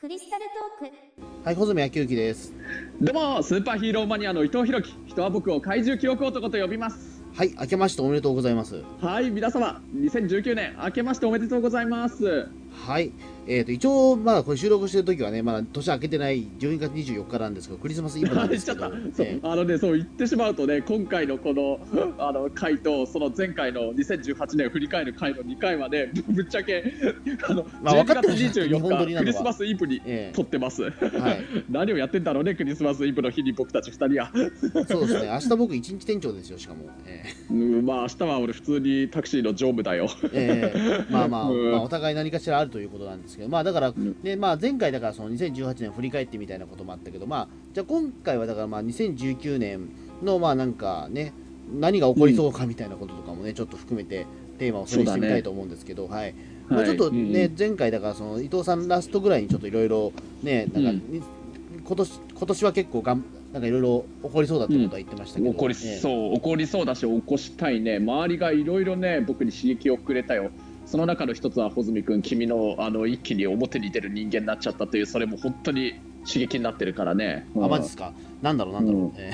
クリスタルトークはい、穂積明之です。どうもスーパーヒーローマニアの伊藤博樹人は僕を怪獣記録男と呼びますはい、明けましておめでとうございます。はい皆様2019年明けましておめでとうございますはい、えっ、と、一応、まだこれ収録してる時はね、まだ年明けてない12月24日なんですけど、クリスマスイブなん言でっすちゃけっど、たそう、えーあのねそう言ってしまうとね今回のこのあの回とその前回の2018年振り返る回の2回はねぶ ぶっちゃけあの、まあ分12かって月ました日本撮24りな日のはクリスマスイブにえ撮ってます、 ーはい、何をやってんだろうねクリスマスイブの日に僕たち2人はそうですね、明日僕一日店長ですよ、しかも。えうんまあ明日は俺普通にタクシーの乗務だよーえ ーまあまあ、うんまあ、お互い何かしらあるということなんですけど、まあだから、んね、まあ前回だからその2018年振り返ってみたいなこともあったけど、まあ、じゃあ今回はだからまあ2019年のまあなんかね、何が起こりそうかみたいなこととかもね、ちょっと含めてテーマをそれしてみたいと思うんですけど、はい。まあ、ちょっとね、はい前回だからその伊藤さんラストぐらいにちょっといろいろねなんか、うん今年今年は結構がんなんかいろいろ起こりそうだってことは言ってましたけど、起こりう、そう、起こりそうだし起こしたいね周りがいろいろね僕に刺激をくれたよその中の一つは穂積君君のあの一気に表に出る人間になっちゃったというそれも本当に刺激になってるからね、あうんマジですかなんだろうなんだろう、うんえ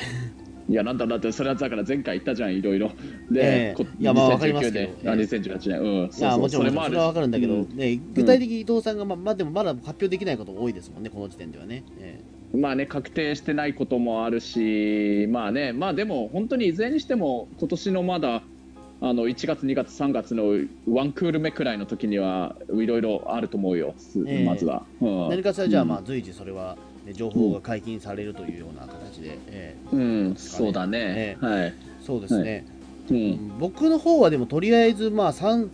いやなんだろうなってそれはだから前回言ったじゃんいろいろええで、こいやまあ2019わかりますけど年あええ2018年うんーいやもちろんもちろんそれはわかるんだけど、うんね、具体的に伊藤さんが、まあまあ、でもまだ発表できないことも多いですもんねこの時点ではね、えまあね確定してないこともあるしまあねまあでも本当にいずれにしても今年のまだあの1月2月3月のワンクール目くらいの時にはいろいろあると思うよ、すええまずは、うんー何かしらじゃあ、うんまあ随時それは、ね、情報が解禁されるというような形で、えうんそうだえね、ーそうですね、はい、うん僕の方はでもとりあえずまあ三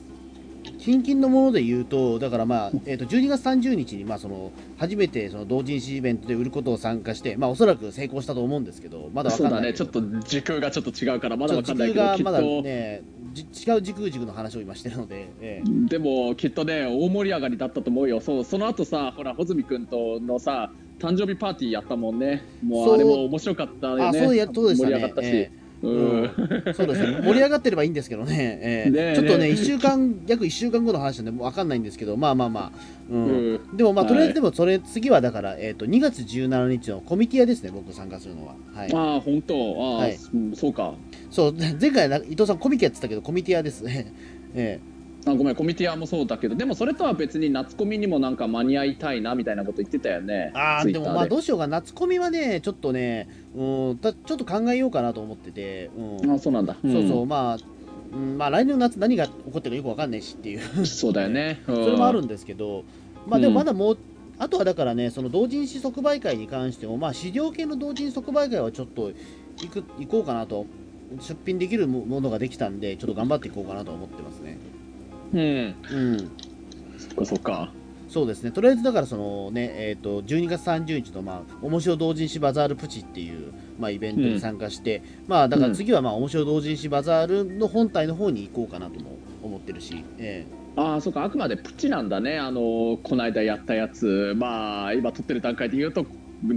近々のもので言うとだからまあ、えー、と12月30日にまあその初めてその同人誌イベントで売ることを参加してまあおそらく成功したと思うんですけどまだわそかうんなだいねちょっと時空がちょっと違うからまちだょっわとかん時空ないけどがきっまだと、ねじ違う時空軸の話を今してるので、ええでもきっとね大盛り上がりだったと思うよそうその後さほら穂積君とのさ誕生日パーティーやったもんねもそううあれも面白かったよねあそうやそうでした盛ねり上がったし、えうえん、うんそうですね盛り上がってればいいんですけどね,、ええねえちょっとねねえ1週間約1週間後の話なんでもうわかんないんですけどまあまあまあううんんでもまあ、はいとりあえずでもそれ次はだから、えっと2月17日のコミティアですね僕参加するのは、はい、ああ本当ああ、はいうんそうかそう 前回な伊藤さんコミティアって言ったけどコミティアですねえあごめんコミティアもそうだけどでもそれとは別に夏コミにもなんか間に合いたいなみたいなこと言ってたよねえああツイでッターもまあどうしようかな夏コミはねちょっとねうんたちょっと考えようかなと思ってて、うんあそうなんだそうそうまあ、うん、まあ来年の夏何が起こってるかよくわかんないしっていううんそうだよね、うんそれもあるんですけどまあでもまだもう、あとはだからねその同人誌即売会に関してもまあ市場系の同人即売会はちょっと行く行こうかなと出品できるもものができたんでちょっと頑張っていこうかなと思ってますねうんうんそっかそっかそうですね、とりあえずだからその、ねえー、と12月30日の、まあ、面白同人誌バザールプチっていう、まあ、イベントに参加して、まあ、だから次は、まあ、面白同人誌バザールの本体の方に行こうかなとも思ってるし、えああそうかあくまでプチなんだねあのこの間やったやつまあ今撮ってる段階で言うと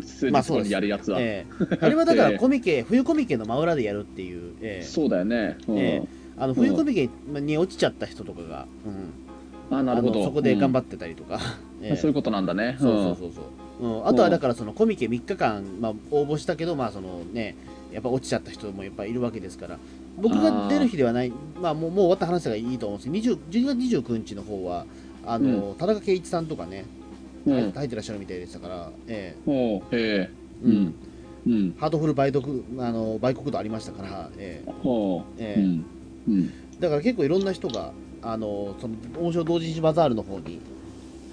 数まあ日そう後ですにやるやつえは、ええあれはだか らええコミケ、冬コミケの真裏でやるっていう、ええそうだよね、うんえあの冬コミケに落ちちゃった人とかが、うんあなるほあのどそこで頑張っってたりと か。えて、えそういうことなんだねそうそんうそうそう、うん、あとはだからそのコミケ3日間、まあ、応募したけどまあそのねやっぱ落ちちゃった人もやっぱいるわけですから僕が出る日ではないまあもうもう終わった話がいいと思うんですけど20 12月29日の方はあの、田中圭一さんとかね、うん入ってらっしゃるみたいでしたから、えおうえええうんうんハートフル売読あの売国度ありましたから、ええおうええうんうんだから結構いろんな人があのその王将同時誌バザールの方に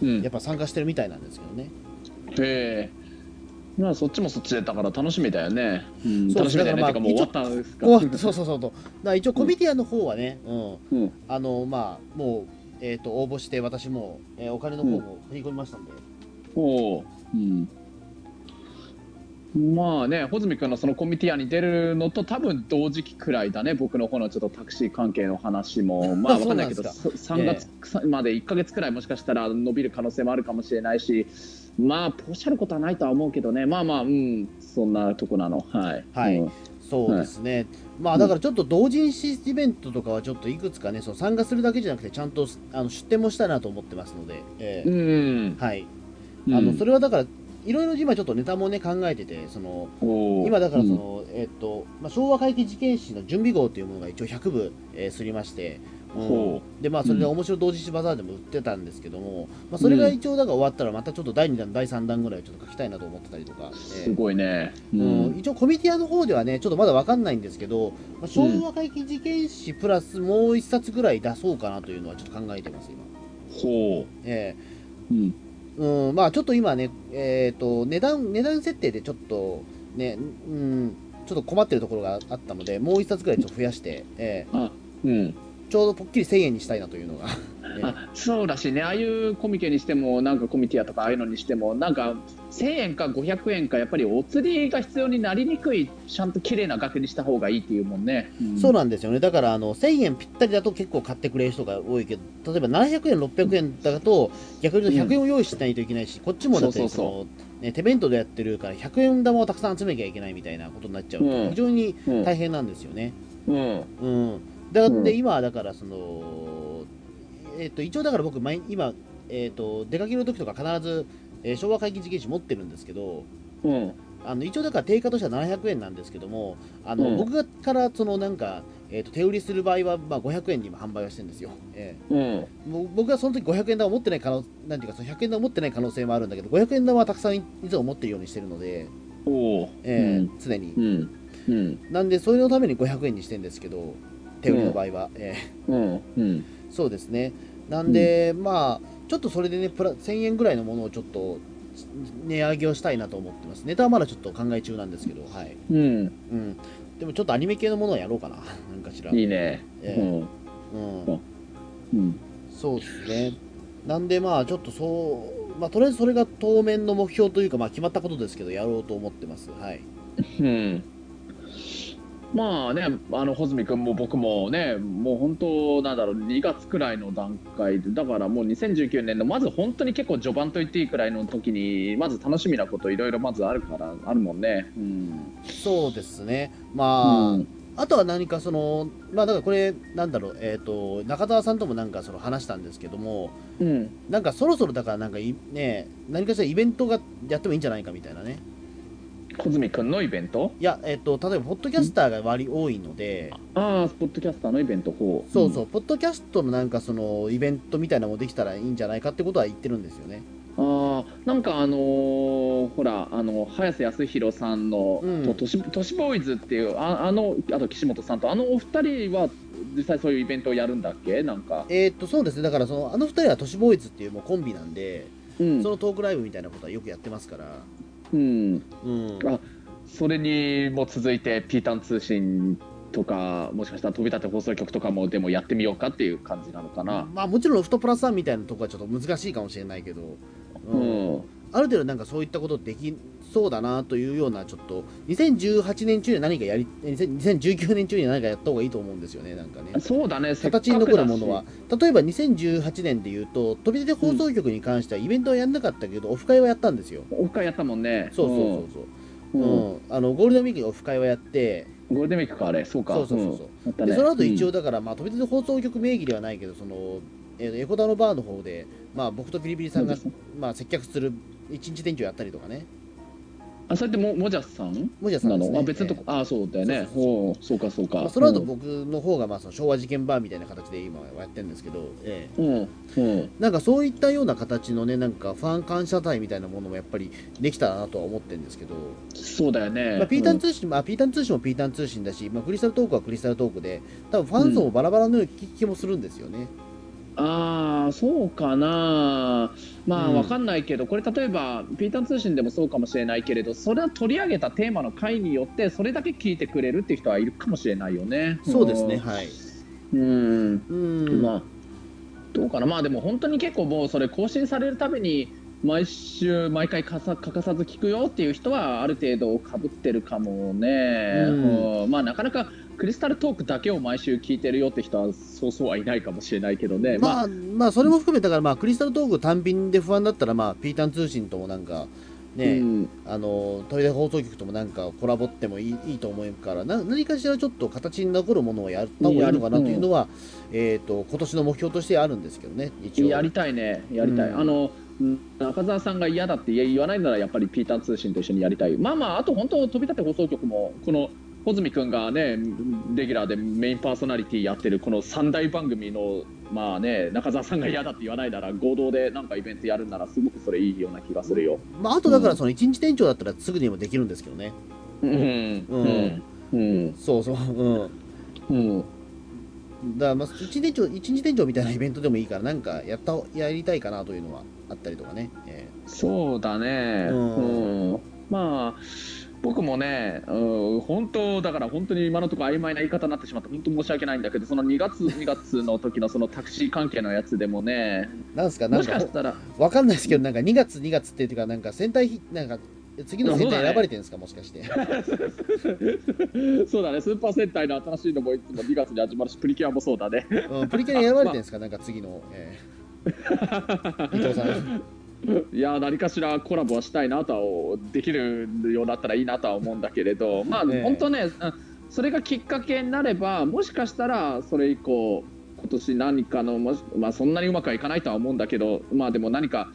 うんやっぱ参加してるみたいなんですけどね、ええまあそっちもそっちでだから楽しみだよね、うんそう楽しみだよねだてからまかもあう終わったんですかこうそうそうそうとだから一応コミティアの方はね、うん、うんあのまあもう、えー、と応募して私も、えーお金の方も振り込みましたんで、おううんまあね穂積君のそのコミティアに出るのと多分同時期くらいだね僕の方のちょっとタクシー関係の 話もまあ分そかうんなないんけですどか3月まで1か月くらいもしかしたら伸びる可能性もあるかもしれないしまあおっしゃることはないとは思うけどねまあまあうんそんなとこなのはい、はいうんそうですね、まあだからちょっと同人誌イベントとかはちょっといくつかねその参加するだけじゃなくてちゃんとあの出店もしたいなと思ってますので、えーうんはいあのそれはだからいろいろ今ちょっとネタもね考えててその今だからそ、の、えっとまあ、昭和会計事件史の準備号というものが一応100部、えーすりまして、うんほでまあそれで面白同時誌バザーでも売ってたんですけども、まあ、それが一応だから終わったらまたちょっと第2弾第3弾ぐらいちょっと書きたいなと思ってたりとか、うんえすーごいね、ううん、ん一応コミティアの方ではねちょっとまだわかんないんですけど、まあ、昭和会計事件史プラスもう一冊ぐらい出そうかなというのはちょっと考えてます今。ほえーう、うん、うん、まあちょっと今ね、えっ、と、値段、値段設定でちょっと、ね、うん、ちょっと困ってるところがあったので、もう一冊ぐらいちょっと増やして、えあうん、ーちょうどぽっきり1000円にしたいなというのが。あそうらしいねああいうコミケにしてもなんかコミティアとかああいうのにしてもなんか1000円か500円かやっぱりお釣りが必要になりにくいちゃんと綺麗な額にした方がいいっていうもんね、そうななんですよね。だから、あの、1000円ぴったりだと結構買ってくれる人が多いけど、例えば700円、600円だと、逆に言うと100円を用意しないといけないし、こっちもだってそうそそうのそね、手弁当でやってるから、100円玉をたくさん集めなきゃいけないみたいなことになっちゃううと、ん非常にうん、大変なんですよね。うんうん、だってうん今はだからその、えっと一応だから僕毎今、えっと出かける時とか必ず、えー昭和会議事件史持ってるんですけどうんあの一応だから定価としては700円なんですけどもあの、うん僕からそのなんか、えー、と手売りする場合は、まあ、500円に今販売はしてるんですよ、えうんえもう僕がその時500円玉を持ってない可能なんていうかその100円玉を持ってない可能性もあるんだけど500円玉はたくさんいつも持ってるようにしてるので、おうええ常にうんうんなんでそれのために500円にしてるんですけど手売りの場合は、ええうんうんそうですね。なんで、まあ、ちょっとそれでね、プラ1000円ぐらいのものをちょっと値上げをしたいなと思ってます。ネタはまだちょっと考え中なんですけど、はい。うんうん。でもちょっとアニメ系のものをやろうかな、 なんかしら。いいね、えうん。うんうんそうですね。なんで、まあ、ちょっとそう、まあ、とりあえずそれが当面の目標というか、まあ、決まったことですけど、やろうと思ってます。はい。うんまあね、あの穂積君も僕もね、もう本当、なんだろう、2月くらいの段階で、だからもう2019年の、まず本当に結構序盤と言っていいくらいの時に、まず楽しみなこと、いろいろまずあるから、あるもんね。うん、そうですね。まあ、あとは何かその、まあ、だからこれ、なんだろう、えっ、と、中澤さんともなんかその話したんですけども、うん、なんかそろそろだからなんかいね何かしらイベントがやってもいいんじゃないかみたいなね穂積君のイベントいやえっと例えばポッドキャスターが割り多いのでああ、ポッドキャスターのイベント、ほう。そうそう、ポッドキャストのなんかそのイベントみたいなのもできたらいいんじゃないかってことは言ってるんですよねあーなんかあのーほらあの早瀬康弘さんの、うんと都市都市ボーイズっていうああのあと岸本さんとあのお二人は実際そういうイベントをやるんだっけなんか、えっとそうですねだからそのあの二人は都市ボーイズっていうもうコンビなんで、うんそのトークライブみたいなことはよくやってますからうん、うんあそれにも続いて「ピータン通信」とかもしかしたら飛び立て放送局とかもでもやってみようかっていう感じなのかな。まあもちろんロフトプラスさんみたいなとこはちょっと難しいかもしれないけどううんんある程度なんかそういったことできそうだなというようなちょっと2018年中には何かやり2000 2019年中には何かやった方がいいと思うんですよねなんかねそうだねせっかく形にだし残るものは例えば2018年で言うと飛び出て放送局に関してはイベントはやんなかったけど、オフ会はやったんですよオフ会やったもんねそうそうそうそうううんん、あのゴールデンウィークにオフ会はやって、ゴールデンウィークかあれそうかそうそうそうそう、うんやったねでその後一応うんだから、まあ、飛び出て放送局名義ではないけどその、えーエコダのバーの方で、まあ、僕とビリビリさんが、まあ、接客する一日店長やったりとかねあそれってももじゃさんもじゃさなんですのねあ別のとこ、あそうだよね。そうほうそうかそうか。まあ、その後僕の方がまあその昭和事件バーみたいな形で今はやってるんですけど、ええうんうんなんかそういったような形のねなんかファン感謝祭みたいなものもやっぱりできたらなとは思ってるんですけど、そうだよね。まあ、ピータン通信、まあ、ピータン通信もピータン通信だし、まあ、クリスタルトークはクリスタルトークで多分ファン層もバラバラのような気気もするんですよね。うんああそうかな。まあ、うんわかんないけどこれ例えばピータン通信でもそうかもしれないけれど、それを取り上げたテーマの回によってそれだけ聞いてくれるっていう人はいるかもしれないよね。そうですね、はい。うん。うん、まあどうかな。まあでも本当に結構もうそれ更新されるたびに。毎週毎回かさ欠かさず聞くよっていう人はある程度かぶってるかもね、うんうんまあなかなかクリスタルトークだけを毎週聞いてるよって人はそうそうはいないかもしれないけどね、ままあ、あ、まあ、それも含めたから、まあ、クリスタルトーク単品で不安だったら、まあ、ピータン通信ともなんか、ね、うんあのトイレ放送局ともなんかコラボってもいいいいと思うからな何かしらちょっと形に残るものをやった方がいいのかなというのは、えっ、と今年の目標としてあるんですけどね一応やりたいねやりたい、うんあの中澤さんが嫌だって言わないならやっぱりピーター通信と一緒にやりたいまあまああと本当飛び立て放送局もこの穂積君がねレギュラーでメインパーソナリティやってるこの3大番組のまあね中澤さんが嫌だって言わないなら合同でなんかイベントやるならすごくそれいいような気がするよ。まあ、あとだからその一日店長だったらすぐにもできるんですけどね。うんうんうんそうそう。うん。うん だからまあ一日店長一日店長みたいなイベントでもいいからなんかやったやりたいかなというのはあったりとかね、えそうだね、ううんんまあ僕もね、うん、本当だから本当に今のところ曖昧な言い方になってしまって本当申し訳ないんだけどその2月2月の時のそのタクシー関係のやつでもねーなんですかなもんしかかしたらわかんないですけどなんか2月2月っていうかなんか戦隊ひなんか次の戦隊選ばれてるんですか、もしかしてそうだねスーパー戦隊の新しいのもいつも2月に始まるしプリキュアもそうだねうんプリキュアに選ばれてるんですかなんか次の、えー伊藤さんいや何かしらコラボはしたいなとはできるようになったらいいなとは思うんだけ れどまあええ本当ね、うんそれがきっかけになればもしかしたらそれ以降今年何かのもしまあそんなにうまくはいかないとは思うんだけどまあでも何か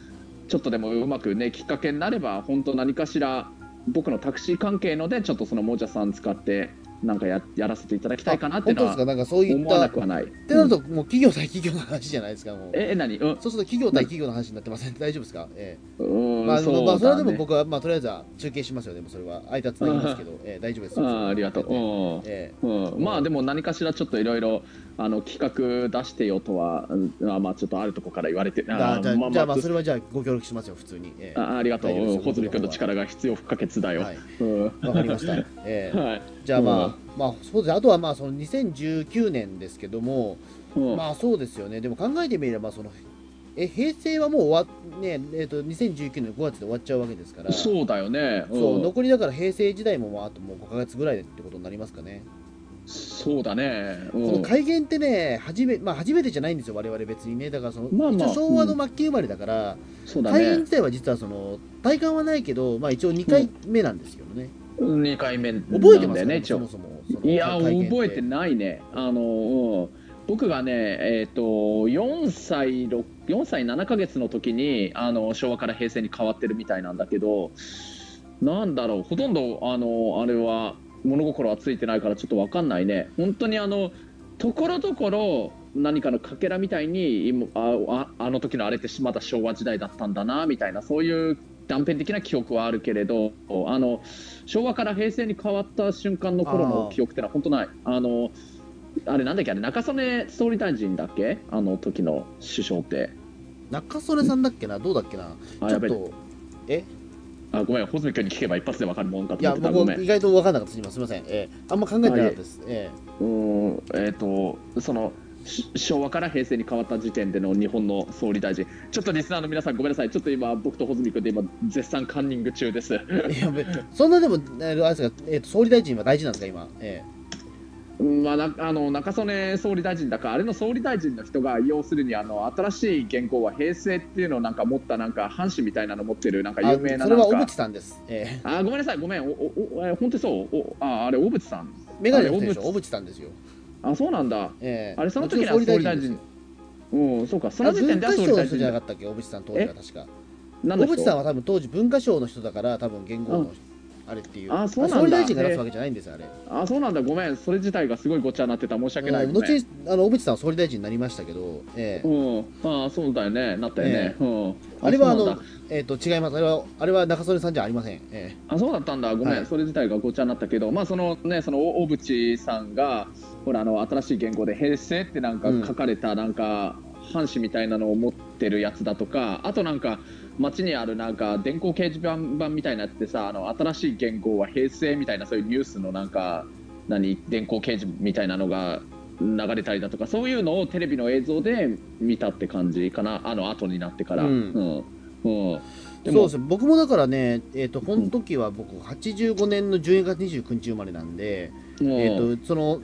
ちょっとでもうまくねきっかけになれば本当何かしら僕のタクシー関係のでちょっとそのもじゃさん使ってなんかややらせていただきたいかなってい本う当でのすかはなんかそういっ思わたなっくはない。てなるうんともう企業対企業の話じゃないですかもうええ何うんそうすると企業対企業の話になってません大丈夫ですかえうーんまあそうだねまあそれはでも僕はまあとりあえずは中継しますよでもそれは間つなぎますけど、えー大丈夫ですうよんありがとう。うんえうん、まあでも何かしらちょっといろいろあの企画出してよとは、うんあまあちょっとあるとこから言われてーあーじゃあ、まあじゃあままああそれはじゃあご協力しますよ普通に、えーあありがとう大丈夫ですよ穂積君の力が必要不可欠だよ、はいうんはわかりました、え ーいじゃあまあ、まあそうですあとはまあその2019年ですけども、うんまあそうですよねでも考えてみればそのえ平成はもう終わねえっと2019年5月で終わっちゃうわけですからそうだよね、うんそう残りだから平成時代もまああともう5ヶ月ぐらいでってことになりますかね、そうだね、うんその改元ってね初め,、まあ、初めてじゃないんですよ我々別にねだからその、まあまあ一応昭和の末期生まれだから、そうだ改元ね自体は実はその体感はないけど、まあ、一応2回目なんですけどね、 2回目なんだよ覚えてますかね一そ応もそもそのいや体験覚えてないねあの、うん僕がねえっ、と4歳6 4歳7ヶ月の時にあの昭和から平成に変わってるみたいなんだけどなんだろうほとんどあのあれは物心はついてないからちょっと分かんないね本当にあのところどころ何かのかけらみたいに今あああの時のあれってまだ昭和時代だったんだなみたいなそういう断片的な記憶はあるけれどあの昭和から平成に変わった瞬間の頃の記憶ってのは本当ないあのあれなんだっけあれ中曽根総理大臣だっけあの時の首相って中曽根さんだっけなどうだっけなあちょやっべえとあごめん穂積君に聞けば一発で分かるもんかといや思ってたごめ僕ん意外と分かんなかったすみませんすいません、えーあんま考えてなかったです、えうーんえっ、とそのし昭和から平成に変わった時点での日本の総理大臣ちょっとリスナーの皆さんごめんなさいちょっと今僕と穂積君で今絶賛カンニング中ですーいやべそんなでも、えーあれですか、えーと総理大臣は大事なんですか今、えまあ、なあの中曽根総理大臣だからあれの総理大臣の人が要するにあの新しい元号は平成っていうのをなんか持ったなんか藩士みたいなの持ってるなんかー有名なあそれなんは小か渕さんです、えあごめんなさいごめんおおおえ本当にそうおああれ小渕さー、んメガネの人でしょあ小渕さんですよ、あそうなんだえーあれそのう時ちには総総理大理臣大臣ですようんそうかその時文点で化は総省理の大人臣じゃなだかったっけ小渕さん当時は確か何小の渕人さんは多分当時文化省の人だから多分言語の、あれっていうあそうなんだ総理大臣が出すわけじゃないんですよあれあそうなんだごめんそれ自体がすごいごちゃになってた申し訳ない、うんご後めんにあの小渕さんは総理大臣になりましたけど、えーうんああそうだよねなったよね、うんあれはあそうなんのだ、えー、と違いますあれはあれは中曽根さんじゃありません、えあそうだったんだごめん、はいそれ自体がごちゃになったけどまあそのねその大大渕さんがほらあの新しい言語で平成ってなんかうん書かれたなんか半紙みたいなのを持ってるやつだとかあとなんか街にあるなんか電光掲示板板みたいなやつってさあの新しい言語は平成みたいなそういうニュースのなんか何電光掲示みたいなのが流れたりだとかそういうのをテレビの映像で見たって感じかなあの後になってから。ううんんうんえでそうもですね僕もだからねえっ、とこの時は僕85年の12月29日生まれなんで、うんえっ、とその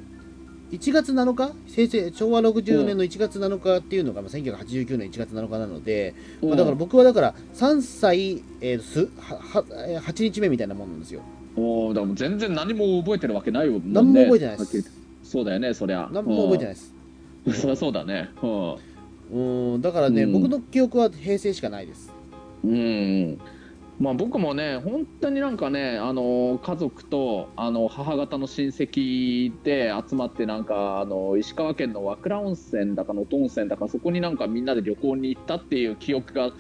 1月7日平成昭和64年の1月7日っていうのがまあ1989年1月7日なので、まあだから僕はだから3歳、えーすははえー8日目みたいなもんなんですよ。おお、でも全然何も覚えてるわけないもんね。何も覚えてないではっきすり言。ってそうだよね、そりゃ。何も覚えてないい。です。そりゃそうだね。うん。う ん、だからね、うん僕の記憶は平成しかないです。うんまあ、僕もね本当になんかねあの家族とあの母方の親戚で集まってなんかあの石川県の和倉温泉だか能登温泉だかそこになんかみんなで旅行に行ったっていう記憶が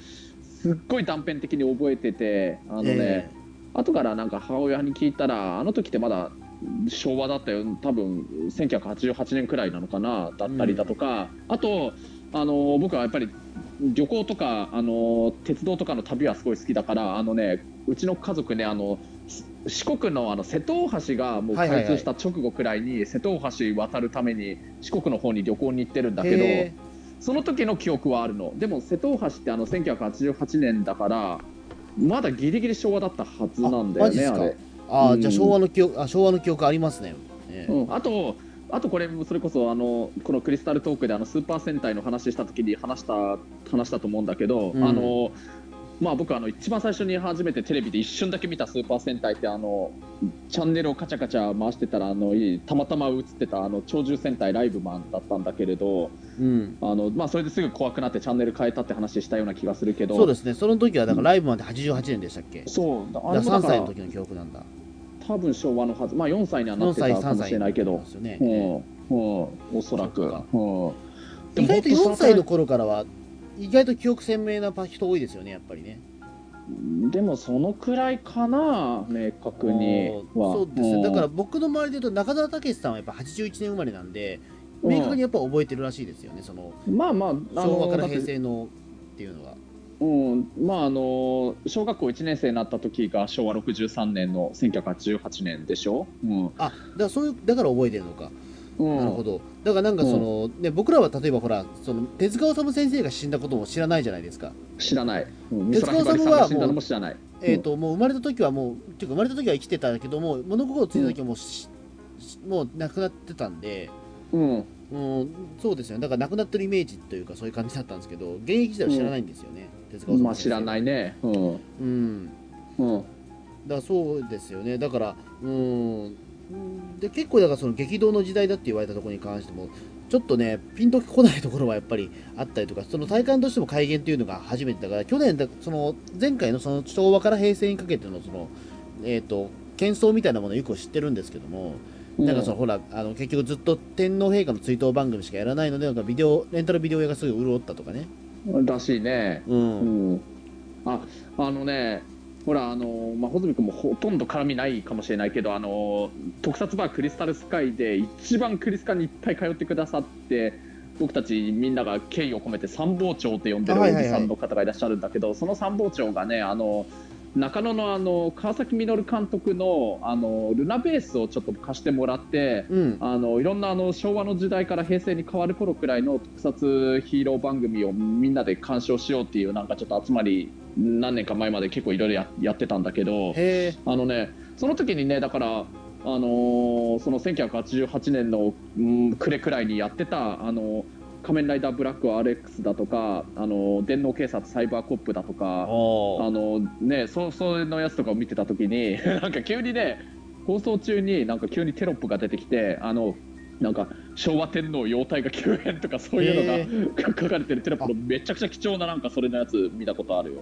すっごい断片的に覚えててあのね、ええ後からなんか母親に聞いたらあの時ってまだ昭和だったよ多分1988年くらいなのかなだったりだとか、あとあの僕はやっぱり旅行とかあの鉄道とかの旅はすごい好きだからあのねうちの家族ねあのし四国のあの瀬戸大橋がもうはいはいはい開通した直後くらいに瀬戸大橋渡るために四国の方に旅行に行ってるんだけど。へえその時の記憶はあるのでも瀬戸大橋ってあの1988年だからまだギリギリ昭和だったはずなんだあマよジっねすあかれ、ああうんじゃあ昭和の記憶あ昭和の記憶ありますね、ええうん、あとあとこれそれこそあのこのクリスタルトークであのスーパー戦隊の話した時に話した話したと思うんだけど、うんあのまあ僕あの一番最初に初めてテレビで一瞬だけ見たスーパー戦隊ってあのチャンネルをカチャカチャ回してたらあのたまたま映ってたあの鳥獣戦隊ライブマンだったんだけれど、うんあのまあ、それですぐ怖くなってチャンネル変えたって話したような気がするけどそうですねその時はだからライブマンって88年でしたっけ、そうだあだれから3もだから歳の時の記憶なんだ多分昭和のはず、まあ、4歳にはな4って歳たか3もし歳れないけど、ですよねうんうん、おそらく、そっうかん、で意外とも4ほんとその歳の頃からは意外と記憶鮮明な人多いですよねやっぱりねでもそのくらいかな明確にはあーそうですねんだから僕の周りで言うと中澤武さんはやっぱ81年生まれなんでうん明確にやっぱ覚えてるらしいですよねそのまあまああ昭和からだって平成のっていうのはうんまああの小学校1年生になった時が昭和63年の1988年でしょ、うんあだからそういうだから覚えてるのか、うん、なるほどだからなんかその、ね僕らは例えばほらその手塚治虫先生が死んだことも知らないじゃないですか知らない、うん、美鉄空道ひばりささんんはが死んだのも知らないえーともう生まれた時はもうっていうか生まれた時は生きてたけども物心ついた時はもうし、しもう亡くなってたんでうんうん、そうですよねだから亡くなってるイメージというかそういう感じだったんですけど現役時代は知らないんですよね、手塚治虫先生まあ知らないねうんうんだうんからそうですよねだからうんで結構だからその激動の時代だって言われたところに関してもちょっとねピンとこないところはやっぱりあったりとかその体感としても改元というのが初めてだから去年だその前回のその昭和から平成にかけてのそのえっ、と喧騒みたいなものをよく知ってるんですけども、なんかそのほらあの結局ずっと天皇陛下の追悼番組しかやらないのでなんかビデオレンタルビデオ屋がすぐ潤ったとかね。らしいね、う。うんん、ああのねほらあの、まあ、穂積君もほとんど絡みないかもしれないけどあの特撮バークリスタルスカイで一番クリスカにいっぱい通ってくださって僕たちみんなが敬意を込めて参謀長って呼んでるあはおいはいはいじさんの方がいらっしゃるんだけど、その参謀長がねあの中野のあの川崎稔監督のあのルナベースをちょっと貸してもらって、うん。あのいろんなあの昭和の時代から平成に変わる頃くらいの特撮ヒーロー番組をみんなで鑑賞しようっていうなんかちょっと集まり何年か前まで結構いろいろややってたんだけどへえ。あのねその時にねだからあのーその1988年の、うん、暮れくらいにやってたあの仮面ライダーブラック RX だとかあの電脳警察サイバーコップだとかあああ。のね、そうそうのやつとかを見てた時に なんか急にね放送中になんか急にテロップが出てきてあのなんか昭和天皇容体が急変とかそういうのが書かれてるテロップのめちゃくちゃ貴重ななんかそれのやつ見たことあるよ。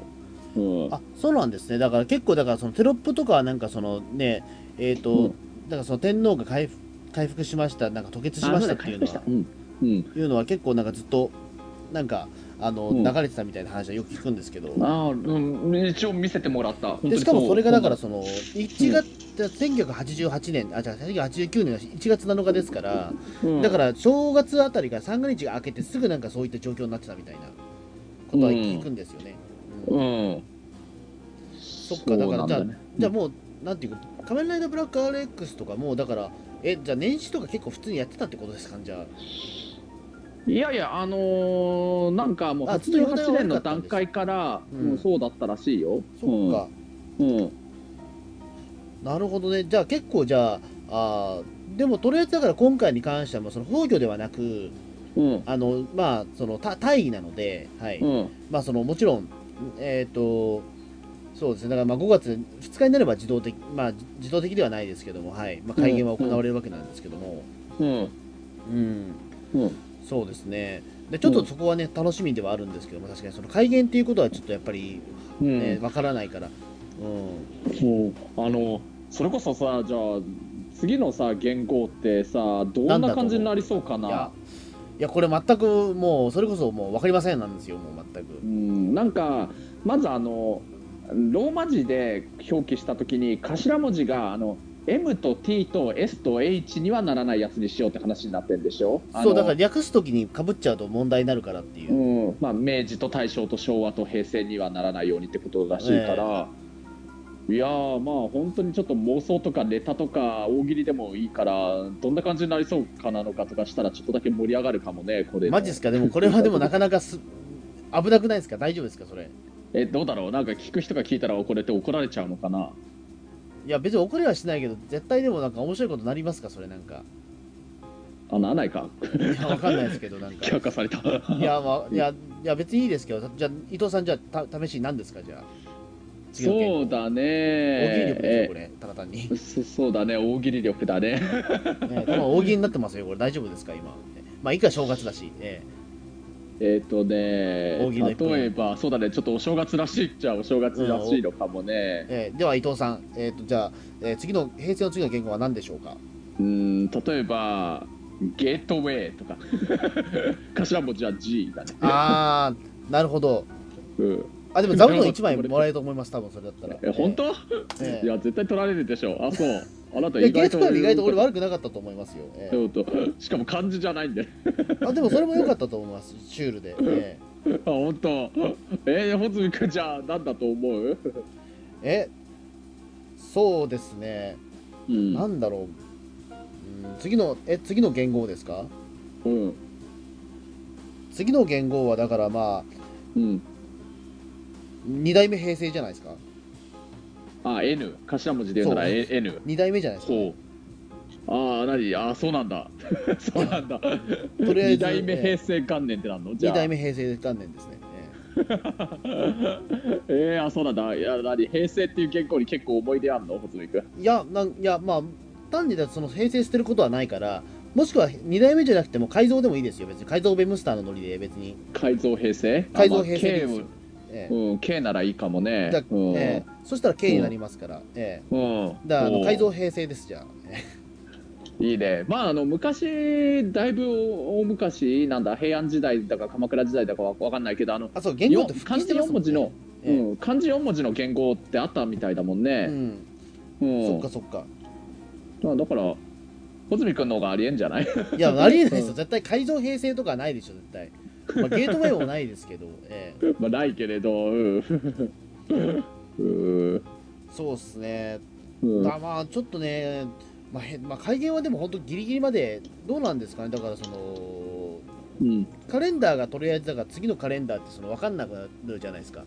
うん、あそうなんですね。だから結構だからそのテロップとかはなんかそのねえっ、と、うんだからその天皇が回復回復しましたなんか吐血しましたっていうのはあそうだ回復したうんいうのは結構なんかずっとなんかあの、うん流れてたみたいな話はよく聞くんですけどうん。あーうん、一応見せてもらった本当にでしかもそれがだからうその1月、1988年あじゃあ1989年の1月7日ですから。うんだから正月あたりが三が日が明けてすぐなんかそういった状況になってたみたいなことは聞くんですよね。うんうんそっかだからじゃあうなんだねじゃあもう、なんていうか、仮面ライダーブラック RX とかもうだから、え、じゃあ年始とか結構普通にやってたってことですかね、じゃあ。いやいや、あのーなんかもうあちょっと88年の段階から、うんもうそうだったらしいよ。そっか、うん。うんなるほどね。じゃあ結構じゃあ、あーでもとりあえずだから今回に関してはもうその崩御ではなく、うんあの、まあ、そのた大義なので、はい。うんまあそのもちろん、えっ、と、そうですね、だからまあ5月2日になれば自動的、まあ、自動的ではないですけども、はいまあ、会見は行われるわけなんですけども、うんうん、うんそうですねで、ちょっとそこはね、楽しみではあるんですけども、確かにその会見っていうことは、ちょっとやっぱり、うんね、わからないから、うん、そうあのそれこそさじゃあ次のさ元号ってさなんどんだなと思う感じになりそうかいなやいやこれ全くもうそれこそもう分かりませんなんですよもう全くうんなんかまずあのローマ字で表記した時に頭文字があの M と T と S と H にはならないやつにしようって話になってるんでしょあのそうだから略す時にかぶっちゃうと問題になるからっていうう、んまあ、明治と大正と昭和と平成にはならないようにってことらしいから、いやーまあ本当にちょっと妄想とかネタとか大喜利でもいいからどんな感じになりそうかなのかとかしたらちょっとだけ盛り上がるかもねこれマジですかでもこれはでもなかなかす危なくないですか大丈夫ですかそれえどうだろうなんか聞く人が聞いたらこれって怒られちゃうのかないや別に怒りはしないけど絶対でもなんか面白いことになりますかそれなんかあならないか いや分かんないですけどなんか却下されたいや,、まあ、いやいや別にいいですけどじゃあ伊藤さんじゃあた試しに何ですかじゃあ次のそうだね大喜利力ですよこえれただ単に、そそうだね大喜利力だね、ね 多分大喜利になってますよこれ大丈夫ですか今ねまあいいか正月だし、ええっ、大と喜利の一ね本例えばそうだねちょっとお正月らしいっちゃお正月らしいのかもね、 ええーでは伊藤さん、えー、とじゃあ、えー次の平成の次の言語は何でしょうかうーん例えばゲートウェ イとか頭文字は G だね、ああなるほどうん、あでも座布団1枚もらえると思います多分それだったら え本当、ええいや絶対取られるでしょあ そうあなたいや意ゲー外トとは意外と俺悪くなかったと思いますよ、えちょっとしかも漢字じゃないんでえあでもそれも良かったと思いますシュールで、えあ本当えー、穂積君じゃあ何だと思う、 ええそうですねう んなんだろう、うん、次のえ次の言語ですかうん次の言語はだからまあうん、 2代目平成じゃないですかあ N 頭文字で言うならそう A- N 2代目じゃないですかそうああ何あーそうなんだ そうなんだ とりあえず2代目平成元年ってなんのじゃ2あ代目平成元年ですね、えええー、あそうなんだいや何平成っていう言語に結構思い出あんの細見君いやなんいやまあ単にだとその平成してることはないからもしくは2代目じゃなくても改造でもいいですよ別に改造ベムスターのノリで別に、改造平成改造平成あでますあよえ K をうん、K ならいいかもえねだうん、ええそしたら K になりますから、えうえん、だからあおのう改造平成ですじゃあ、えいいねまああの昔だいぶ大昔なんだ平安時代だか鎌倉時代だかわわかんないけどあのえあそう言語っよて普及漢し字てま4すも文んね字の、ええうん、漢字4文字の言語ってあったみたいだもんうね、ん、うんそっかそっかまあだから穂積君の方がありえんじゃない いやありえないですうよ絶対改造平成とかはないでしょ絶対、まあ、ゲートウェイもないですけど、え え、まあないけれどうんうんそうっすねうんだまあちょっとね、まあへまあ、改元はでも本当ギリギリまでどうなんですかねだからそのうんカレンダーがとりあえずだから次のカレンダーってその分かんなくなるじゃないですか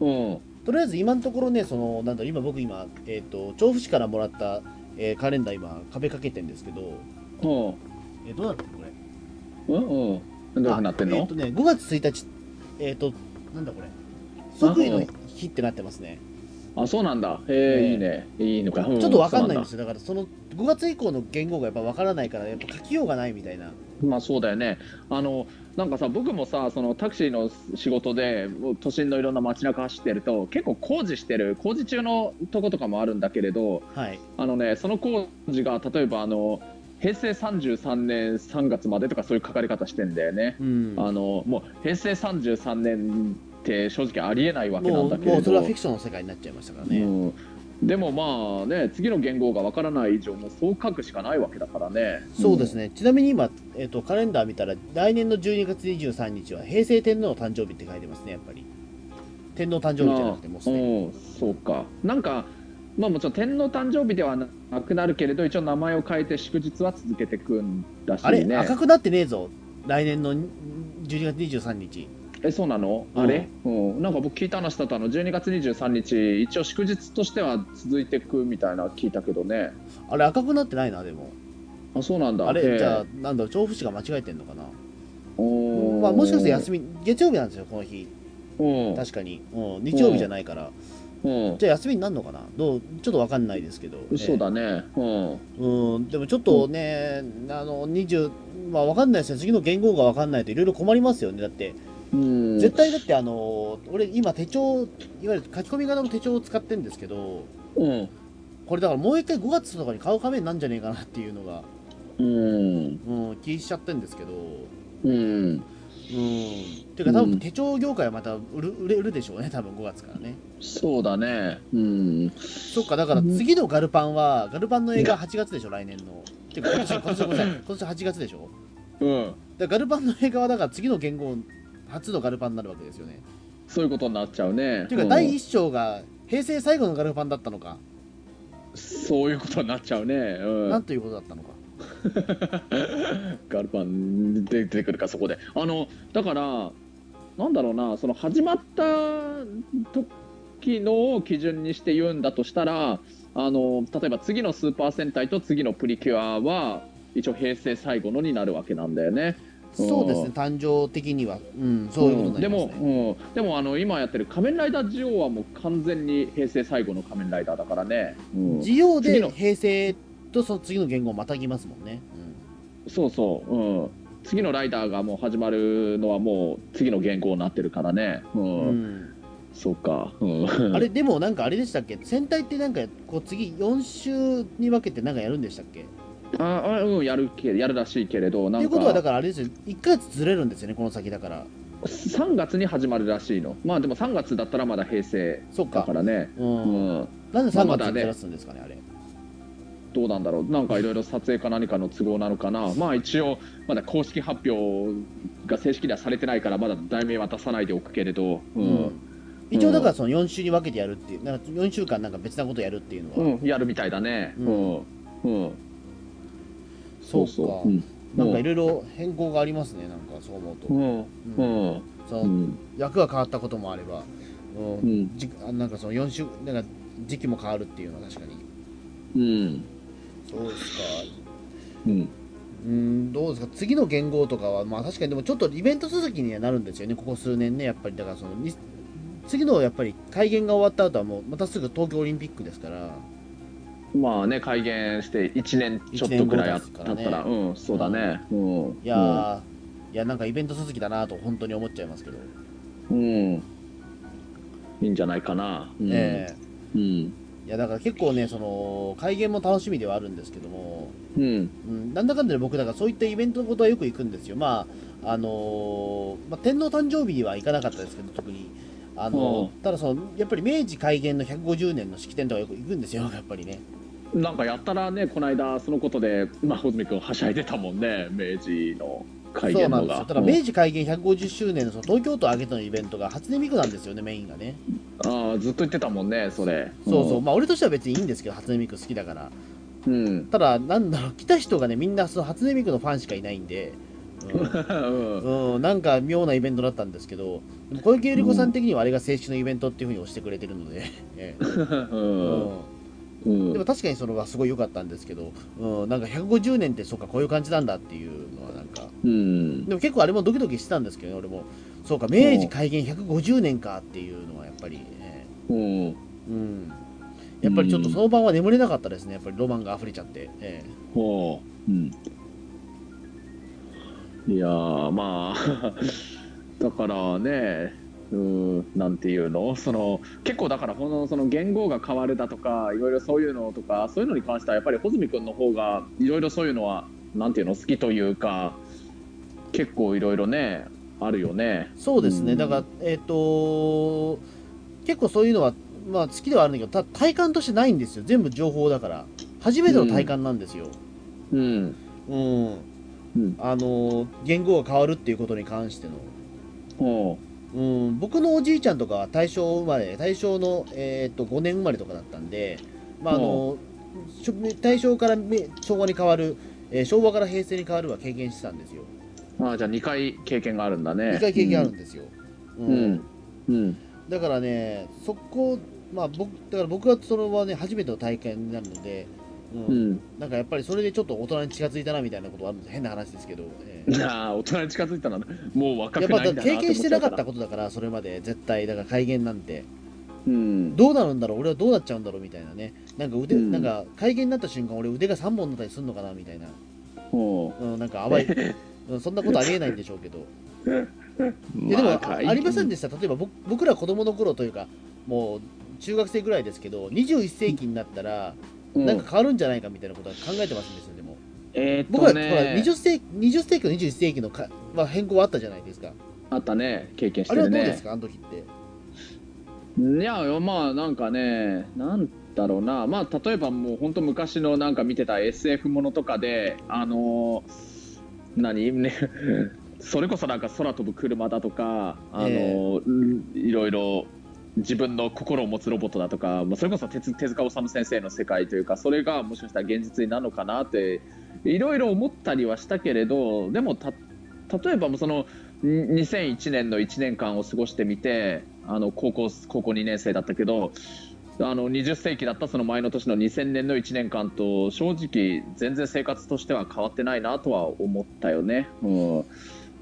うんとりあえず今のところねそのなんだろう今僕今、えー、と調布市からもらった、えーカレンダー今壁掛けてんですけど、うんえーどうなってるこれうんうんどういうふうになってんあえのーとね5月1日えっ、となんだこれ即位あのうん日ってなってますねあそうなんだへえいいねいいのかちょっと分かんないんですすよだからその5月以降の言語がやっぱ分からないからやっぱ書きようがないみたいなまあそうだよねあのなんかさ僕もさそのタクシーの仕事でもう都心のいろんな街中走ってると結構工事してる工事中のとことかもあるんだけれどはいあのねその工事が例えばあの平成33年3月までとかそういう書かれ方してんだよねうんあのもう平成33年って正直ありえないわけなもんだうけれどもうそれはフィクションの世界になっちゃいましたからね、うん、でもまあね次の言語がわからない以上もうそう書くしかないわけだからねそうですね、ちなみに今、えっとカレンダー見たら来年の12月23日は平成天皇誕生日って書いてますねやっぱり天皇誕うん生日じゃなくてもうすでにうんそうかなんかまあもちろん天皇誕生日ではなくなるけれど一応名前を変えて祝日は続けていくんだしあれ、ね赤くなってねえぞ来年の12月23日えそうなの、うんあれ、うん、なんか僕聞いた話だとあの12月23日一応祝日としては続いていくみたいな聞いたけどねあれ赤くなってないなでもあそうなんだあへえれじゃあなんだろう調布市が間違えてんのかな、うんまあ、もしかして休み月曜日なんですよこの日うん確かに、うん、日曜日じゃないからうんじゃあ休みになるのかなどうちょっとわかんないですけどそうだねうんうん、でもちょっとね、あの20、まあ、わかんないですね、次の言語がわかんないといろいろ困りますよね、だって、うん絶対だってあの俺今手帳いわゆる書き込み型の手帳を使ってるんですけどうんこれだからもう一回5月とかに買うためになんじゃねえかなっていうのが、うんうん、気にしちゃってるんですけどううんんていうか多う分ん手帳業界はまた売る売れるでしょうね多分5月からねそうだねうんそっかだから次のガルパンはガルパンの映画8月でしょ来年のてか今年今年ごめんなさい今年8月でしょうだんからガルパンの映画はだから次の言語初のガルパンになるわけですよねそういうことになっちゃうねていうかん第1章が平成最後のガルパンだったのかそういうことになっちゃうねうんなんということだったのかガルパンで出てくるかそこであのだからなんだろうなその始まった時のを基準にして言うんだとしたらあの例えば次のスーパー戦隊と次のプリキュアは一応平成最後のになるわけなんだよね。うんそうですね誕生的にはうんそういうことになりますね、んでも、うん、でもあの今やってる「仮面ライダージオ」はもう完全に平成最後の仮面ライダーだからね、うん需要次での平成とその次の言語をまたぎますもんね、そうそう、うん、次のライダーがもう始まるのはもう次の原稿になってるからね、ううんんうんそうか、うん、あれでもなんかあれでしたっけ戦隊ってなんかこう次4週に分けてなんかやるんでしたっけああうんやるけやるらしいけれどっなてんいかうことはだからあれですよ1ヶ月ずれるんですよねこの先だから3月に始まるらしいのまあでも3月だったらまだ平成そっかだからねう、うんんなんでまあ3ま月だにねずらすんですかねあれどうなんだろうなんかいろいろ撮影か何かの都合なのかなまあ一応まだ公式発表が正式にはされてないからまだ題名は出さないでおくけれどう、うん一応だからその4週に分けてやるっていうなんか4週間なんか別なことやるっていうのは、うんやるみたいだねううんんうん、そうかうんなんかいろいろ変更がありますねなんかそう思うと、うんううんんそうのん役が変わったこともあれば、うんうんじあなんかその4週なんか時期も変わるっていうのは確かにうんそうですかうんうんどうですか次の元号とかはまあ確かにでもちょっとイベント続きにはなるんですよねここ数年ねやっぱりだからそのに次のやっぱり改元が終わった後はもうまたすぐ東京オリンピックですからまあね改元して1年ちょっとくらい経った、一年後ですからうんそうだね、うん、いやー、いやなんかイベント続きだなと本当に思っちゃいますけど、うん、うんいいんじゃないかな、うんええうんいやだから結構ねその改元も楽しみではあるんですけどもうんうん、なんだかんだで僕だからそういったイベントのことはよく行くんですよまああのーまあ、天皇誕生日には行かなかったですけど特にあのーただそのやっぱり明治開元の150年の式典とかよく行くんですよ やっぱりねなんかやったらねこの間そのことでまあ穂積君はしゃいでたもんね明治の改そう元なのんですがよただ明治開元150周年のその東京都挙げてのイベントが初音ミクなんですよねメインがねうんああずっと言ってたもんねそれそうそう、まあ俺としては別にいいんですけど初音ミク好きだからう んただなんだろう来た人がねみんなその初音ミクのファンしかいないんで、うんうんうん、なんか妙なイベントだったんですけど、でも小池百合子さん的にはあれが青春のイベントっていうふうに推してくれてるので、ええうんうんでも確かにそのがすごい良かったんですけど、うん、なんか150年ってそうかこういう感じなんだっていうのはなんか、うんでも結構あれもドキドキしてたんですけどね、俺も、そうか、明治開元150年かっていうのはやっぱり、えうんえうん、やっぱりちょっとその晩は眠れなかったですね、やっぱりロマンが溢れちゃって。ええほう、うん、いやーまあ だからねうーんなんていうのその結構だからこのその言語が変わるだとかいろいろそういうのとかそういうのに関してはやっぱり穂積君の方がいろいろそういうのはなんていうの好きというか結構いろいろねあるよね。そうですね、うんだから、えっ、と結構そういうのは、まあ、好きではあるんだけど、た体感としてないんですよ、全部情報だから、初めての体感なんですよ。うんうん、うんあのー言語が変わるっていうことに関しての。ほうん、僕のおじいちゃんとかは大正生まれ、大正の、えー、と5年生まれとかだったんで、まああのーしょ大正からめ昭和に変わる、えー昭和から平成に変わるは経験してたんですよ。うあーじゃあ2回経験があるんだね。 2回経験あるんですよ。うんうん、うんだからね、そこ、まあ、僕だから僕はそれはね、初めての体験になるので、うんうんなんかやっぱりそれでちょっと大人に近づいたなみたいなことはあるんです変な話ですけど、え えああ大人に近づいたらもう若やくっぱないだんかだらな経験してなかって思ちゃたうことだから、それまで絶対、だから改元なんて、らうんどうなるんだろう、俺はどうなっちゃうんだろうみたいなね、なんか腕、うんなんか改元になった瞬間、俺、腕が3本になったりするのかなみたいな、ほ うん、なんか淡い、うん、そんなことありえないんでしょうけど、いやでも、まあありませんでした、例えば僕僕ら子供の頃というか、もう中学生ぐらいですけど、21世紀になったら、うんなんか変わるんじゃないかみたいなことは考えてませんでした、でも。えーっと僕ら、ほらね 20, 世紀20世紀と21世紀のか、まあ、変更はあったじゃないですか。あったね経験しあてれはるどうねですか、あの時って。いやまあなんかねなんだろうなまあ例えばもう本当昔のなんか見てた SF ものとかであの何ね それこそなんか空飛ぶ車だとかあの、えいろいろ自分の心を持つロボットだとか、まあ、それこそ手手塚治虫先生の世界というかそれがもしかしたら現実になるのかなっていろいろ思ったりはしたけれどでもた例えばもうそのん2001年の1年間を過ごしてみてあの高校高校2年生だったけどあの20世紀だったその前の年の2000年の1年間と正直全然生活としては変わってないなとは思ったよね。うん、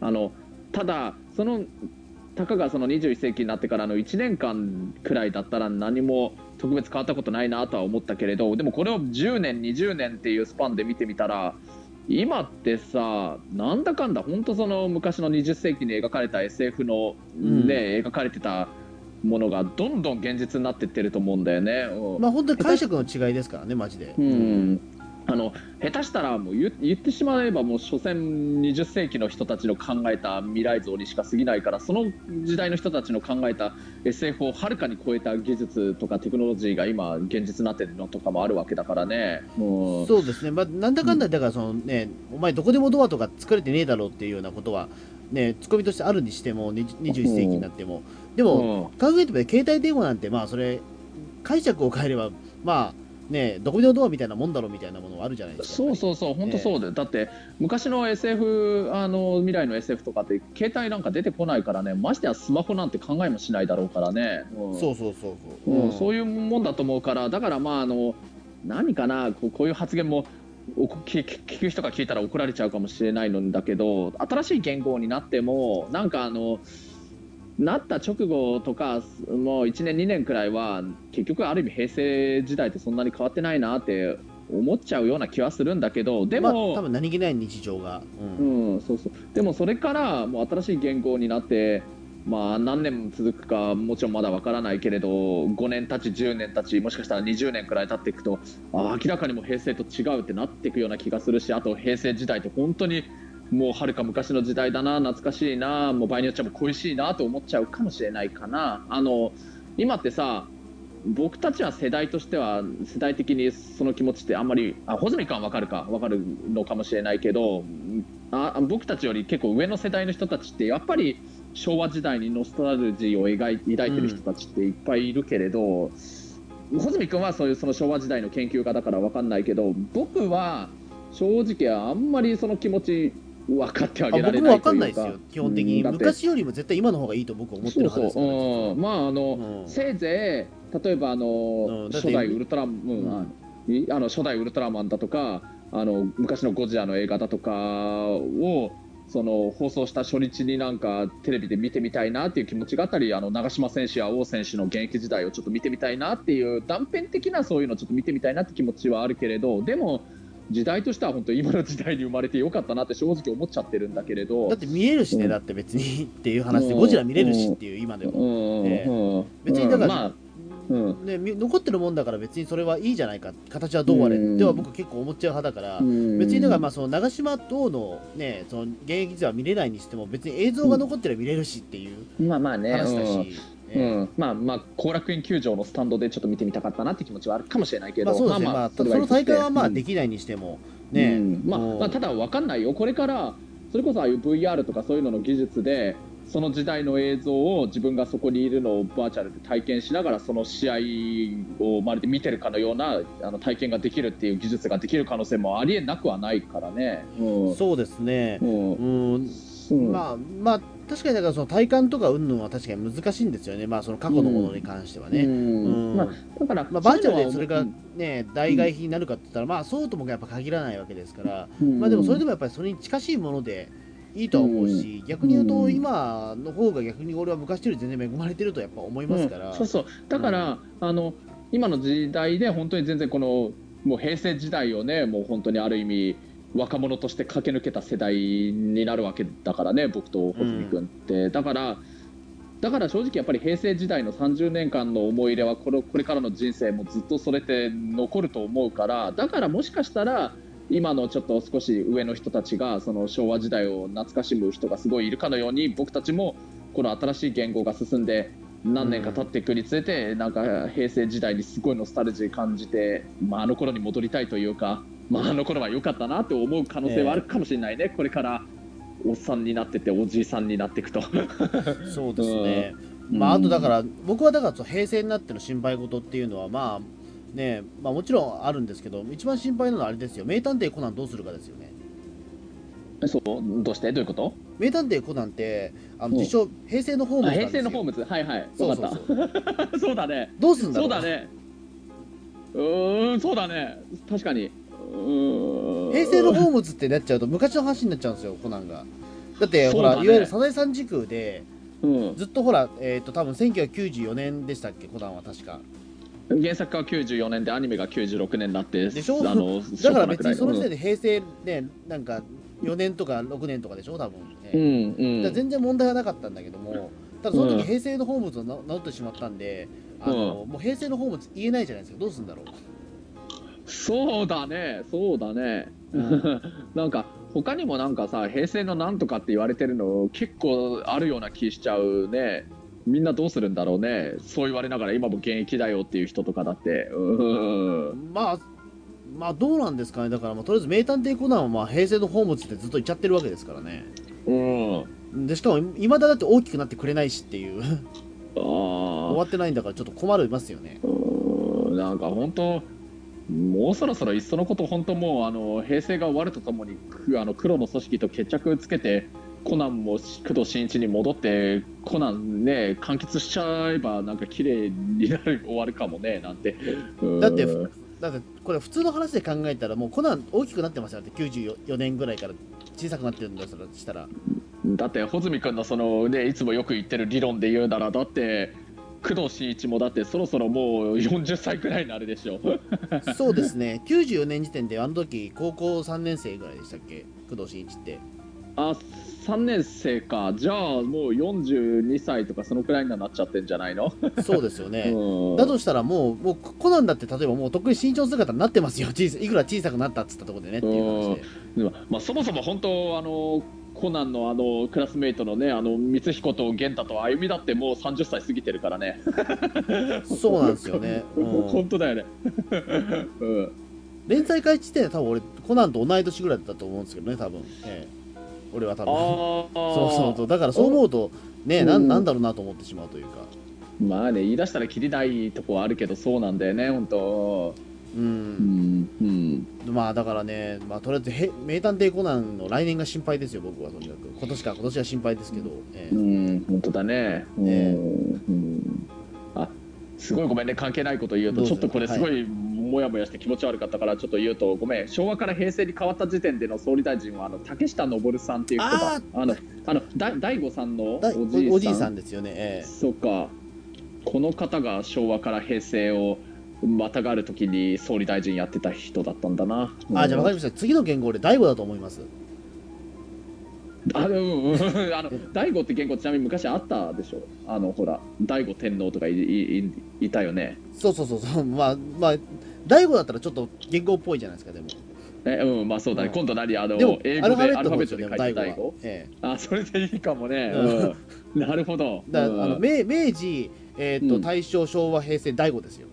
あのただそのたかがその21世紀になってからの1年間くらいだったら何も特別変わったことないなとは思ったけれどでもこれを10年20年っていうスパンで見てみたら今ってさなんだかんだ本当その昔の20世紀に描かれた SF の、うんね描かれてたものがどんどん現実になってってると思うんだよね。うんまあ、本当に解釈の違いですからね、マジで。うんあの下手したらもう言言ってしまえばもう所詮20世紀の人たちの考えた未来像にしか過ぎないからその時代の人たちの考えた SF をはるかに超えた技術とかテクノロジーが今現実になってるのとかもあるわけだからね。もうそうですね、まあ、なんだかんだ、だからその、ね、お前、どこでもドアとか作れてねえだろうっていうようなことは、ね、ツッコミとしてあるにしても、20 21世紀になっても、でも、うん考えてみて携帯電話なんてまあそれ解釈を変えればまあねどこでもドアみたいなもんだろうみたいなものはあるじゃないですかそうそうそう、本当そうだよ、だって昔の SF、あの未来の SF とかって、携帯なんか出てこないからね、ましてやスマホなんて考えもしないだろうからね、うんそうそうそうそううん、そういいうもんだと思うから、だからまあ、あの何かなこう、こういう発言もおこ聞聞聞く人が聞いたら怒られちゃうかもしれないのだけど、新しい言語になっても、なんかあの、なった直後とか、もう1年、2年くらいは、結局、ある意味、平成時代とそんなに変わってないなって思っちゃうような気はするんだけど、でまあも。多分何気ない日常が、うんうん、そうそうでもそれからもう新しい言語になって、まあ、何年も続くかもちろんまだわからないけれど5年経ち10年経ちもしかしたら20年くらい経っていくとあ明らかにもう平成と違うってなっていくような気がするしあと平成時代って本当にもうはるか昔の時代だな懐かしいなもう場合によっちゃもう恋しいなと思っちゃうかもしれないかな。あの今ってさ僕たちは世代としては世代的にその気持ちってあんまりあ穂積君は分かるか分かるのかもしれないけどあ僕たちより結構上の世代の人たちってやっぱり昭和時代にノスタルジーを描い抱いてる人たちっていっぱいいるけれど、穂積君はそういうその昭和時代の研究家だから分かんないけど僕は正直あんまりその気持ち分かってあげあられ僕もなわいかとんいないでうすかよ基本的にうんだって昔よりも絶対今の方がいいと僕は思ってるはずそうですからそう、うん、まああの、実はせいぜい例えばあの、うんだって初代ウルトラマン、うんうんいあの初代ウルトラマンだとかあの昔のゴジラの映画だとかをその放送した初日になんかテレビで見てみたいなっていう気持ちがあったりあの長嶋選手や王選手の現役時代をちょっと見てみたいなっていう断片的なそういうのをちょっと見てみたいなって気持ちはあるけれどでも時代としては本当今の時代に生まれてよかったなって正直思っちゃってるんだけれどうんだって見えるしね、だって別にっていう話でうんゴジラ見れるしっていう今でも、うんええうん別にだからまあうんね、み残ってるもんだから別にそれはいいじゃないか形はどうあれうんでは僕結構思っちゃう派だから、別別にだからまあその長島等のねその現役時は見れないにしても別に映像が残ってれば見れるしっていうまあまあね、話だし、うんええうんまあまあ後楽園球場のスタンドでちょっと見てみたかったなって気持ちはあるかもしれないけど、まあそうですねまあ、それはいいの大会はまあうんできないにしてもね、うんまあもうまあただわかんないよこれからそれこそああいう VR とかそういうのの技術でその時代の映像を自分がそこにいるのをバーチャルで体験しながらその試合をまるで見てるかのようなあの体験ができるっていう技術ができる可能性もありえなくはないからね。うんそうですねう、んうんうんまあまあ確かにだからその体感とか云々は確かに難しいんですよねまあその過去のものに関してはね、うんうんまあ、だから、まあ、バーチャルでそれうがんね代替品になるかって言ったらまあそうともやっぱ限らないわけですから、うんまあでもそれでもやっぱりそれに近しいものでいいとは思うし、逆に言うとうん今の方が逆に俺は昔より全然恵まれてるとやっぱ思いますから、うんそうそうだから、あの今の時代で本当に全然このもう平成時代をねもう本当にある意味若者として駆け抜けた世代になるわけだからね僕と穂積君って、だからだから正直やっぱり平成時代の30年間の思い入れはこれこれからの人生もずっとそれって残ると思うからだからもしかしたら今のちょっと少し上の人たちがその昭和時代を懐かしむ人がすごいいるかのように僕たちもこの新しい言語が進んで何年か経っていくにつれて、なんか平成時代にすごいノスタルジー感じて、まあ、あの頃に戻りたいというか、まあ、あの頃は良かったなって思う可能性はあるかもしれないね、これからおっさんになってておじいさんになっていくと。そうですね、まあ、あとだから、僕はだからそう平成になっての心配事っていうのは、まあねまあ、もちろんあるんですけど、一番心配なのはあれですよ、名探偵コナンどうするかですよね。えそうどうしてどういうこと名探偵コナンって、あのうん自称、平成のホームあズなんで平す成よのホームズはいはいそうわそかうっそうた そうだねどうすんだろそうだねうーんそうだね確かにうーん平成のホームズってなっちゃうと昔の話になっちゃうんですよコナンがだってそほうらだねいわゆるサザエさん時空でうんずっとほらえっ、と多分1994年でしたっけコナンは確か原作が94年でアニメが96年だってでしょあの だから別にその時点でで平成ねなんか4年とか6年とかでしょ多分、ねうんだからうん全然問題はなかったんだけどもただそのう時ん平成のホームズをな治ってしまったんであの、もう平成のホームズ言えないじゃないですかどうすんだろう そうだねそうだね なんか他にもなんかさ平成のなんとかって言われてるの結構あるような気しちゃうねみんなどうするんだろうねそう言われながら今も現役だよっていう人とかだってうんまあまあどうなんですかねだから、まあ、とりあえず名探偵コナンはまあ平成のホームズってずっと言っちゃってるわけですからねうんでしかもいまだだって大きくなってくれないしっていう 終あわってないんだからちょっと困りますよねあなんか本当もうそろそろいっそのこと本当もうあの平成が終わるとともにくあの黒の組織と決着つけてコナンも工藤新一に戻ってコナンね完結しちゃえばなんか綺麗になる終わるかもねなんてうんだってだってこれ普通の話で考えたらもうコナン大きくなってますよだって94年ぐらいから小さくなってるんだとした らだって穂積君のそのねいつもよく言ってる理論で言うならだって工藤新一もだってそろそろもう40歳くらいになるでしょそうですね94年時点であの時高校3年生ぐらいでしたっけ工藤新一ってあ3年生かじゃあもう42歳とかそのくらいにはなっちゃってんじゃないの、そうですよね、 うんだとしたらもうもうコナンだって例えばもうとっくに身長姿になってますよ 小さいくら小さくなったっつったところでねっていう話ででもまあ、そもそも本当あのコナンのあのクラスメイトのねあの光彦と源太と歩みだってもう30歳過ぎてるからね、そうなんですよね、うん、 本当だよね、うん連載開始時点で多分俺コナンと同い年ぐらいだったと思うんですけどね多分、ええ、俺は多分ああ そうそうそうだからそう思うとねなうんんなんだろうなと思ってしまうというかまあね言い出したらきりないとこはあるけどそうなんだよね本当う、うんんうんまあだからね、まあ、とりあえずへ「名探偵コナン」の来年が心配ですよ僕はとにかく今年か今年は心配ですけど、ええうん、本当だね。ねうん、あ、すごいごめんね、関係ないこと言うどと、うちぞょっとこれすごいもやもやして気持ち悪かったから、ちょっと言うと、ごめん。昭和から平成に変わった時点での総理大臣はあの竹下登さんっていう人が、ああのあのだ大悟さんのおだいじいさん。おおじいさんですよね、えそうか。この方が昭和から平成をまたがる時に総理大臣やってた人だったんだな。えあじゃあ分かりりました次の言語俺大悟だと思いますあうんうん、あの大悟って言語ちなみに昔あったでしょあのほら大悟天皇とかいいいいたよねそうそうそうそうまあまあ大悟だったらちょっと言語っぽいじゃないですかでもえうんまあそうだね、うん今度何あのでも英ア語ルファでベアットルのフ方ァベでッすトよでね書大悟はいて大悟ええあそれでいいかもね、うんうん、なるほどだうんあの明明治、えーとうん大正昭和平成大悟ですよ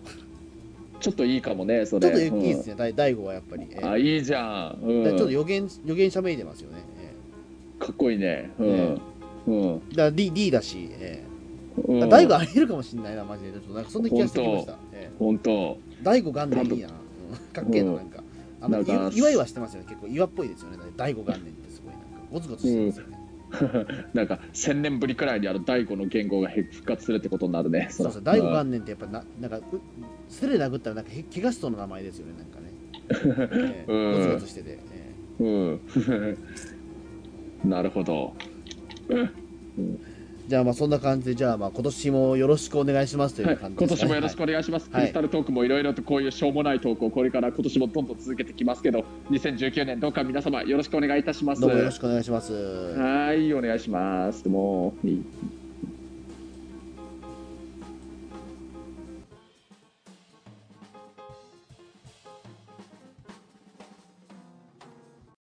ちょっといいかもねそちょれっといいですね、ね、大大悟はやっぱり。ええうんあいいじゃだかん、うらん、ちょっと予言予言者めいてますよね。えかっこいいねうん、ねうんえだから D, D だし、えうえん、大悟ありえるかもしれないな、マジで。ちょっとなんかそんな気がしてきました。ええ本当大悟元年いいな。うんかっけえな、うんなんか。あのなんかい岩いはしてますよね、結構岩っぽいですよね。大悟元年ってすごいなんか、ゴツゴツしてますよね。なんか千年ぶりくらいにあの大悟の言語が復活するってことになるねそうそう、大悟元年ってやっぱな、なんか、うスレ殴ったらなんかへ怪我しそうな名前ですよね、なんかね。 ええうんゴツゴツしてて。え うんなるほど。えじゃあまあそんな感じでじゃあまあ今年もよろしくお願いしますといはうい、感じ今です年ねもよろしくお願いします、はいクリスタルトークもいろいろとこういうしょうもないトークをこれから今年もどんどん続けてきますけど2019年どうか皆様よろしくお願いいたしますどうもよろしくお願いします。はいお願いしますもういい